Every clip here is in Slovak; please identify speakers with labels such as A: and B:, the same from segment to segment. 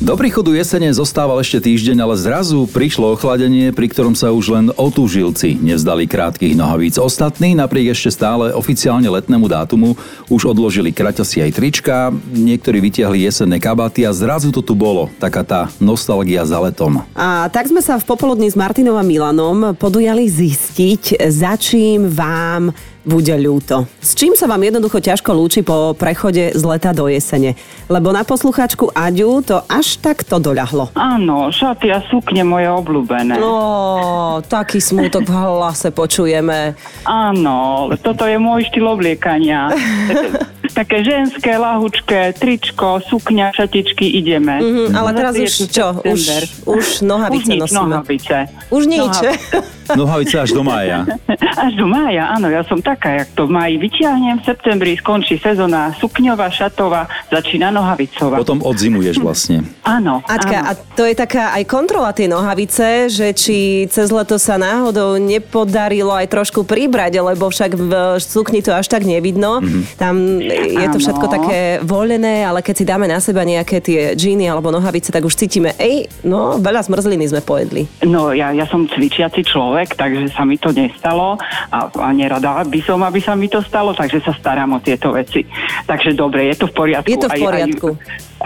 A: Do príchodu jesene zostával ešte týždeň, ale zrazu prišlo ochladenie, pri ktorom sa už len otúžilci nevzdali krátkých nohavíc. Ostatní, napriek ešte stále oficiálne letnému dátumu, už odložili kraťasy aj trička, niektorí vytiahli jesenné kabaty a zrazu to tu bolo, taká tá nostalgia za letom.
B: A tak sme sa v popoludní s Martinom a Milanom podujali zistiť, za čím vám bude ľúto. S čím sa vám jednoducho ťažko lúči po prechode z leta do jesene. Lebo na poslucháčku Aďu to až takto doľahlo.
C: Áno, šaty a sukne moje obľúbené.
B: No, taký smútok v hlase počujeme.
C: Áno, toto je môj štýl obliekania. Také ženské, lahučké, tričko, sukňa, šatičky, ideme. Mhm.
B: Mm, ale
C: Za
B: teraz už
C: 30.
B: čo? Už,
C: september.
B: už
C: Už
B: nohavice
C: nič,
B: nosíme.
C: nohavice.
B: Už nič.
A: Nohavice až do mája.
C: Až do mája, áno, ja som taká, jak to v máji vyťahnem, v septembri skončí sezóna sukňová, šatová, začína nohavicová.
A: Potom odzimuješ vlastne.
C: Áno,
B: Aťka,
C: áno.
B: a to je taká aj kontrola tej nohavice, že či cez leto sa náhodou nepodarilo aj trošku pribrať, lebo však v sukni to až tak nevidno.
A: Mhm.
B: Mm-hmm. Tam je to
C: Áno.
B: všetko také volené, ale keď si dáme na seba nejaké tie džíny alebo nohavice, tak už cítime, ej, no veľa zmrzliny sme pojedli.
C: No, ja, ja som cvičiaci človek, takže sa mi to nestalo a, a nerada by som, aby sa mi to stalo, takže sa starám o tieto veci. Takže dobre, je to v poriadku.
B: Je to v poriadku.
C: Aj,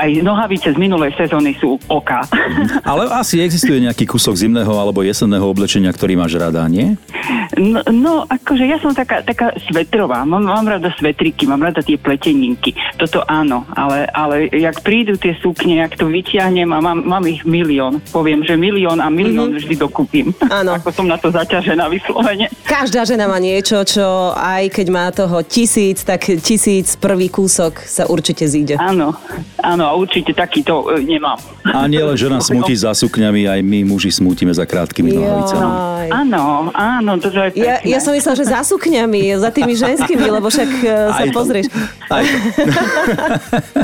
C: aj, aj nohavice z minulej sezóny sú oka.
B: Mhm.
A: Ale asi existuje nejaký kúsok zimného alebo jesenného oblečenia, ktorý máš rada, nie?
C: No, no akože ja som taká, taká svetrová, mám, mám rada svetriky, mám rada tie pleteninky, toto áno, ale, ale jak prídu tie sukne, jak to vyťahnem a mám, mám ich milión, poviem, že milión a milión mm-hmm. vždy dokúpim.
B: Mhm. Áno.
C: Ako som na to zaťažená vyslovene.
B: Každá žena má niečo, čo aj keď má toho tisíc, tak tisíc prvý kúsok sa určite zíde.
C: Áno, áno, a určite takýto e, nemám.
A: A nie len žena smutí za sukňami, aj my muži smutíme za krátkými nohavicami.
B: Jaj.
C: Áno, áno, to je
B: Ja,
C: pekné.
B: ja som myslela, že za sukňami, za tými ženskými, lebo však e, sa
A: Aj to.
B: pozrieš.
A: Aj to.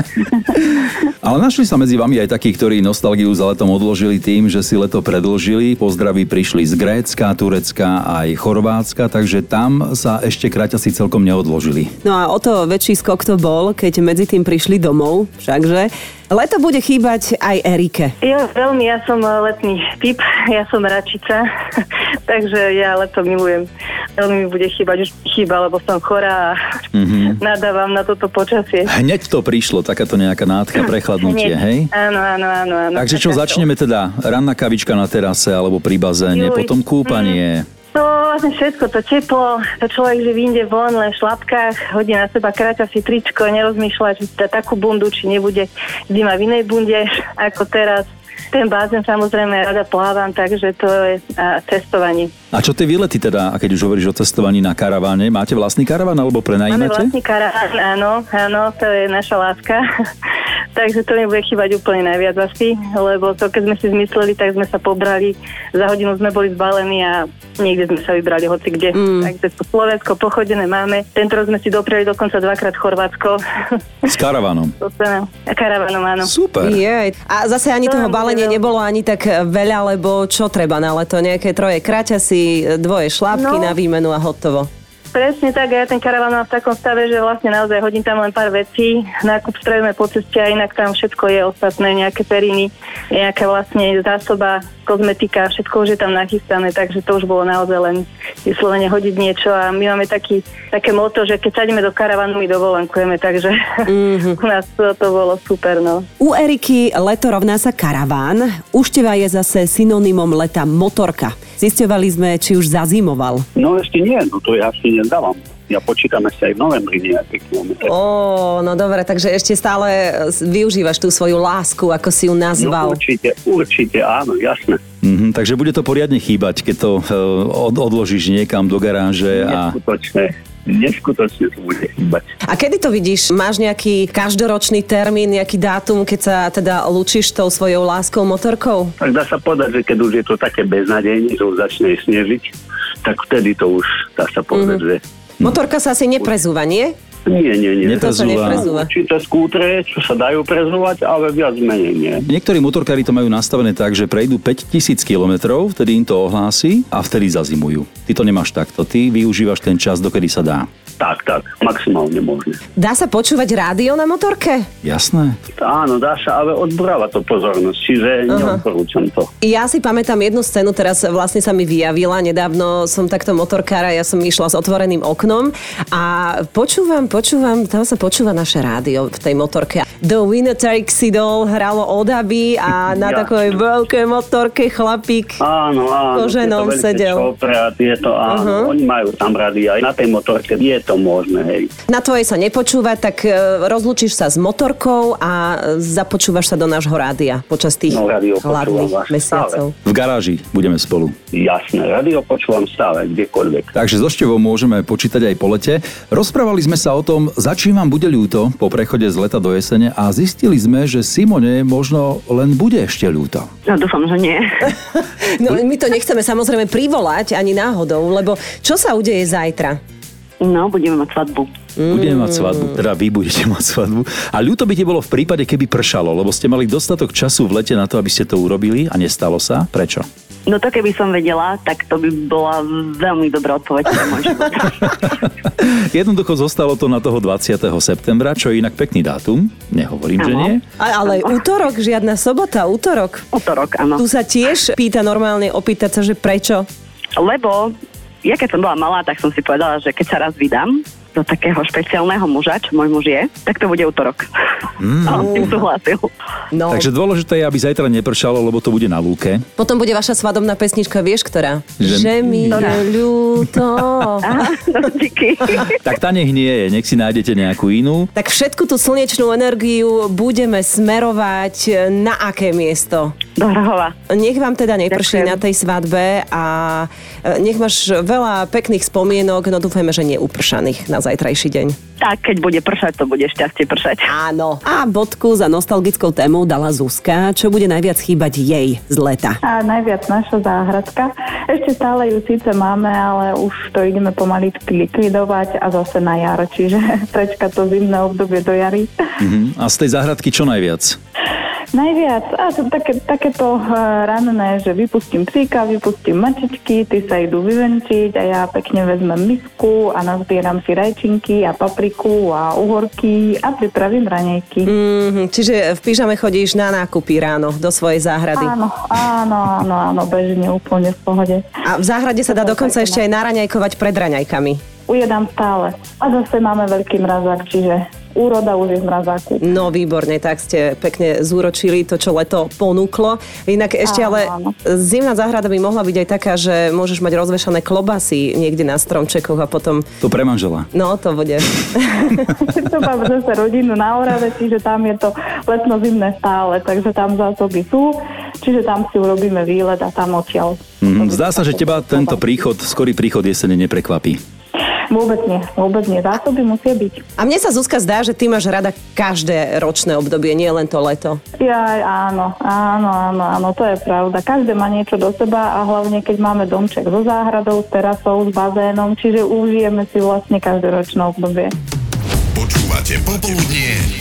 A: Ale našli sa medzi vami aj takí, ktorí nostalgiu za letom odložili tým, že si leto predlžili. Pozdravy prišli z Grécka, Turecka aj Chorvátska, takže tam sa ešte kraťasi celkom neodložili.
B: No a o to väčší skok to bol, keď medzi tým prišli domov, všakže. Leto bude chýbať aj Erike.
D: Ja veľmi, ja som eh, letný typ, ja som račica, takže ja leto milujem. Veľmi mi bude chýbať, už mi chýba, lebo som chorá a
A: Mhm.
D: nadávam na toto počasie.
A: Hneď to prišlo, takáto nejaká
D: Hm,
A: nádcha prechladnutie, hej?
D: Áno, áno, áno. áno.
A: Takže čo,
D: Taká-
A: začneme teda? Ranná kavička na terase alebo pri bazéne,
D: Juj. Hm.
A: potom kúpanie.
D: To vlastne všetko, to teplo, to človek, že vyjde von len v šlapkách, hodí na seba kráťa si tričko, nerozmýšľa, či dá takú bundu, či nebude zima v inej bunde ako teraz. Ten bazén samozrejme rada plávam, takže to je a, cestovanie.
A: A čo tie výlety teda, a keď už hovoríš o cestovaní na karaváne, máte vlastný karaván alebo
D: Máme
A: prenajímate?
D: vlastný karaván, áno, áno, to je naša láska. Takže to mi bude chýbať úplne najviac asi, lebo to, keď sme si zmysleli, tak sme sa pobrali, za hodinu sme boli zbalení a niekde sme sa vybrali hoci kde. Mm. Takže to Slovensko pochodené máme. Tento rok sme si dopreli dokonca dvakrát Chorvátsko.
A: S karavánom.
D: to sa nám, a karavanom, áno.
A: Super.
B: Je. A zase ani
D: To
B: toho
D: nám bude
B: balenia
D: veľa.
B: nebolo ani tak veľa, lebo čo treba na leto? Nejaké troje kraťasy, dvoje šlápky
D: No.
B: na výmenu a hotovo.
D: Presne tak, a ja ten karaván mám v takom stave, že vlastne naozaj hodím tam len pár vecí, nákup strojíme po ceste a inak tam všetko je ostatné, nejaké periny, nejaká vlastne zásoba, kozmetika, všetko už je tam nachystané, takže to už bolo naozaj len vyslovene hodiť niečo a my máme taký, také moto, že keď sadíme do karavanu, my dovolenkujeme, takže mm-hmm. u nás to, to bolo super, no.
B: U Eriky leto rovná sa karaván, ušteva je zase synonymom leta motorka. Zistovali sme, či už zazimoval.
E: No ešte nie, no to ja ešte nedávam. Ja počítam ešte aj v novembri nejaké kilometre.
B: Ó, no dobre, takže ešte stále e, využívaš tú svoju lásku, ako si ju
E: No
B: nazval.
E: určite, určite, áno, jasné.
A: Mhm, takže bude to poriadne chýbať, keď to e, od, odložíš niekam do garáže a
E: Neskutočné, neskutočne to bude chýbať.
B: A kedy to vidíš? Máš nejaký každoročný termín, nejaký dátum, keď sa teda lúčiš tou svojou láskou motorkou?
E: Tak dá sa povedať, že keď už je to také beznadejne, že už začne snežiť, tak vtedy to už dá sa povedať, mm-hmm. že
B: Motorka sa asi neprezúva, nie?
E: Nie, nie, nie.
B: To sa
A: Neprezúva.
B: neprezúva.
E: Určité skútre, čo sa dajú prezúvať, ale viac menej nie.
A: Niektorí motorkári to majú nastavené tak, že prejdú 5000 km, vtedy im to ohlási a vtedy zazimujú. Ty to nemáš takto, ty využívaš ten čas, dokedy sa dá.
E: Tak, tak, maximálne možné.
B: Dá sa počúvať rádio na motorke?
A: Jasné?
E: Áno, dá sa, ale odbráva to pozornosť, čiže neodporúčam to.
B: Ja si pamätám jednu scénu, teraz vlastne sa mi vyjavila, nedávno som takto motorkára, ja som išla s otvoreným oknom a počúvam, počúvam, tam sa počúva naše rádio v tej motorke. The Winner Takes It All hralo odaby a na
E: Ja.
B: takovej veľkej motorke chlapík.
E: Áno, áno.
B: Koženom
E: tieto veľké
B: sedel.
E: Čopre a tieto, áno,
B: Mhm.
E: oni majú tam rady aj na tej motorke, je to možné, hej.
B: Na tvojej sa nepočúva, tak e, rozlúčiš sa s motorkou a e, započúvaš sa do nášho rádia počas tých
E: No, rádio počúvam
B: hladných
E: vás stále.
B: mesiacov.
A: V garáži budeme spolu.
E: Jasné, radio počúvam stále, kdekoľvek.
A: Takže so števom môžeme počítať aj po lete. Rozprávali sme sa o tom, za čím vám bude ľúto po prechode z leta do jesene a zistili sme, že Simone možno len bude ešte ľúto.
F: No dúfam, že nie.
B: No my to nechceme samozrejme privolať ani náhodou, lebo čo sa udeje zajtra?
F: No, budeme mať svadbu.
A: Budeme mať svadbu, teda vy budete mať svadbu. A ľúto by ti bolo v prípade, keby pršalo, lebo ste mali dostatok času v lete na to, aby ste to urobili a nestalo sa. Prečo?
F: No to keby som vedela, tak to by bola veľmi dobrá odpoveď pre môj život.
A: Jednoducho zostalo to na toho 20. septembra, čo je inak pekný dátum. Nehovorím, že
F: Áno.
A: nie.
B: A, ale
E: No.
B: útorok, žiadna sobota, útorok.
F: Útorok, áno.
B: Tu sa tiež pýta normálne opýtať sa, že prečo.
F: Lebo ja keď som bola malá, tak som si povedala, že keď sa raz vydám do takého špeciálneho muža, čo môj muž je, tak to bude útorok. Mm. A on s tým súhlasil.
B: No,
A: Takže dôležité je, aby zajtra nepršalo, lebo to bude na lúke.
B: potom bude vaša svadobná pesnička, vieš ktorá?
A: Že-
B: Že, mi je ľúto.
F: Aha, no, díky.
A: Tak tá nech nie je, nech si nájdete nejakú inú.
B: Tak všetku tú slnečnú energiu budeme smerovať na aké miesto?
F: Do Hrhova.
B: Nech vám teda neprší
F: Ďakujem.
B: na tej svadbe a e, nech máš veľa pekných spomienok, no dúfajme, že neupršaných na zajtrajší deň.
F: Tak, keď bude pršať, to bude šťastie pršať.
B: Áno. A bodku za nostalgickou témou dala Zuzka, čo bude najviac chýbať jej z leta.
G: A najviac naša záhradka. Ešte stále ju síce máme, ale už to ideme pomaličky likvidovať a zase na jar, čiže prečka to zimné obdobie do jary.
A: Mhm. A z tej záhradky čo najviac?
G: Najviac, a to také, takéto eh, ranné, že vypustím psíka, vypustím mačičky, ty sa idú vyvenčiť a ja pekne vezmem misku a nazbieram si rajčinky a papriku a uhorky a pripravím ranejky.
B: Mhm, čiže v pyžame chodíš na nákupy ráno do svojej záhrady.
G: Áno, áno, áno, áno, bežne úplne v pohode.
B: A v záhrade sa dá dokonca ešte aj naraňajkovať pred raňajkami.
G: Ujedám stále. A zase máme veľký mrazák, čiže úroda už je v mrazáku.
B: No výborne, tak ste pekne zúročili to, čo leto ponúklo. Inak ešte
G: Áno,
B: ale
G: áno.
B: zimná záhrada by mohla byť aj taká, že môžeš mať rozvešané klobasy niekde na stromčekoch a potom...
A: To pre manžela.
B: No, to bude.
G: to mám zase rodinu na Orave, čiže tam je to letno-zimné stále, takže tam zásoby sú, čiže tam si urobíme výlet a tam odtiaľ.
A: Mhm. Zdá sa, že teba tento príchod, skorý príchod jesene neprekvapí.
G: Vôbec nie, vôbec nie. Zásoby musia byť.
B: A mne sa Zuzka zdá, že ty máš rada každé ročné obdobie, nie len to leto.
G: Jaj, áno, áno, áno, áno, to je pravda. Každé má niečo do seba a hlavne, keď máme domček so záhradou, s terasou, s bazénom, čiže užijeme si vlastne každoročné obdobie.
H: Počúvate Popoludnie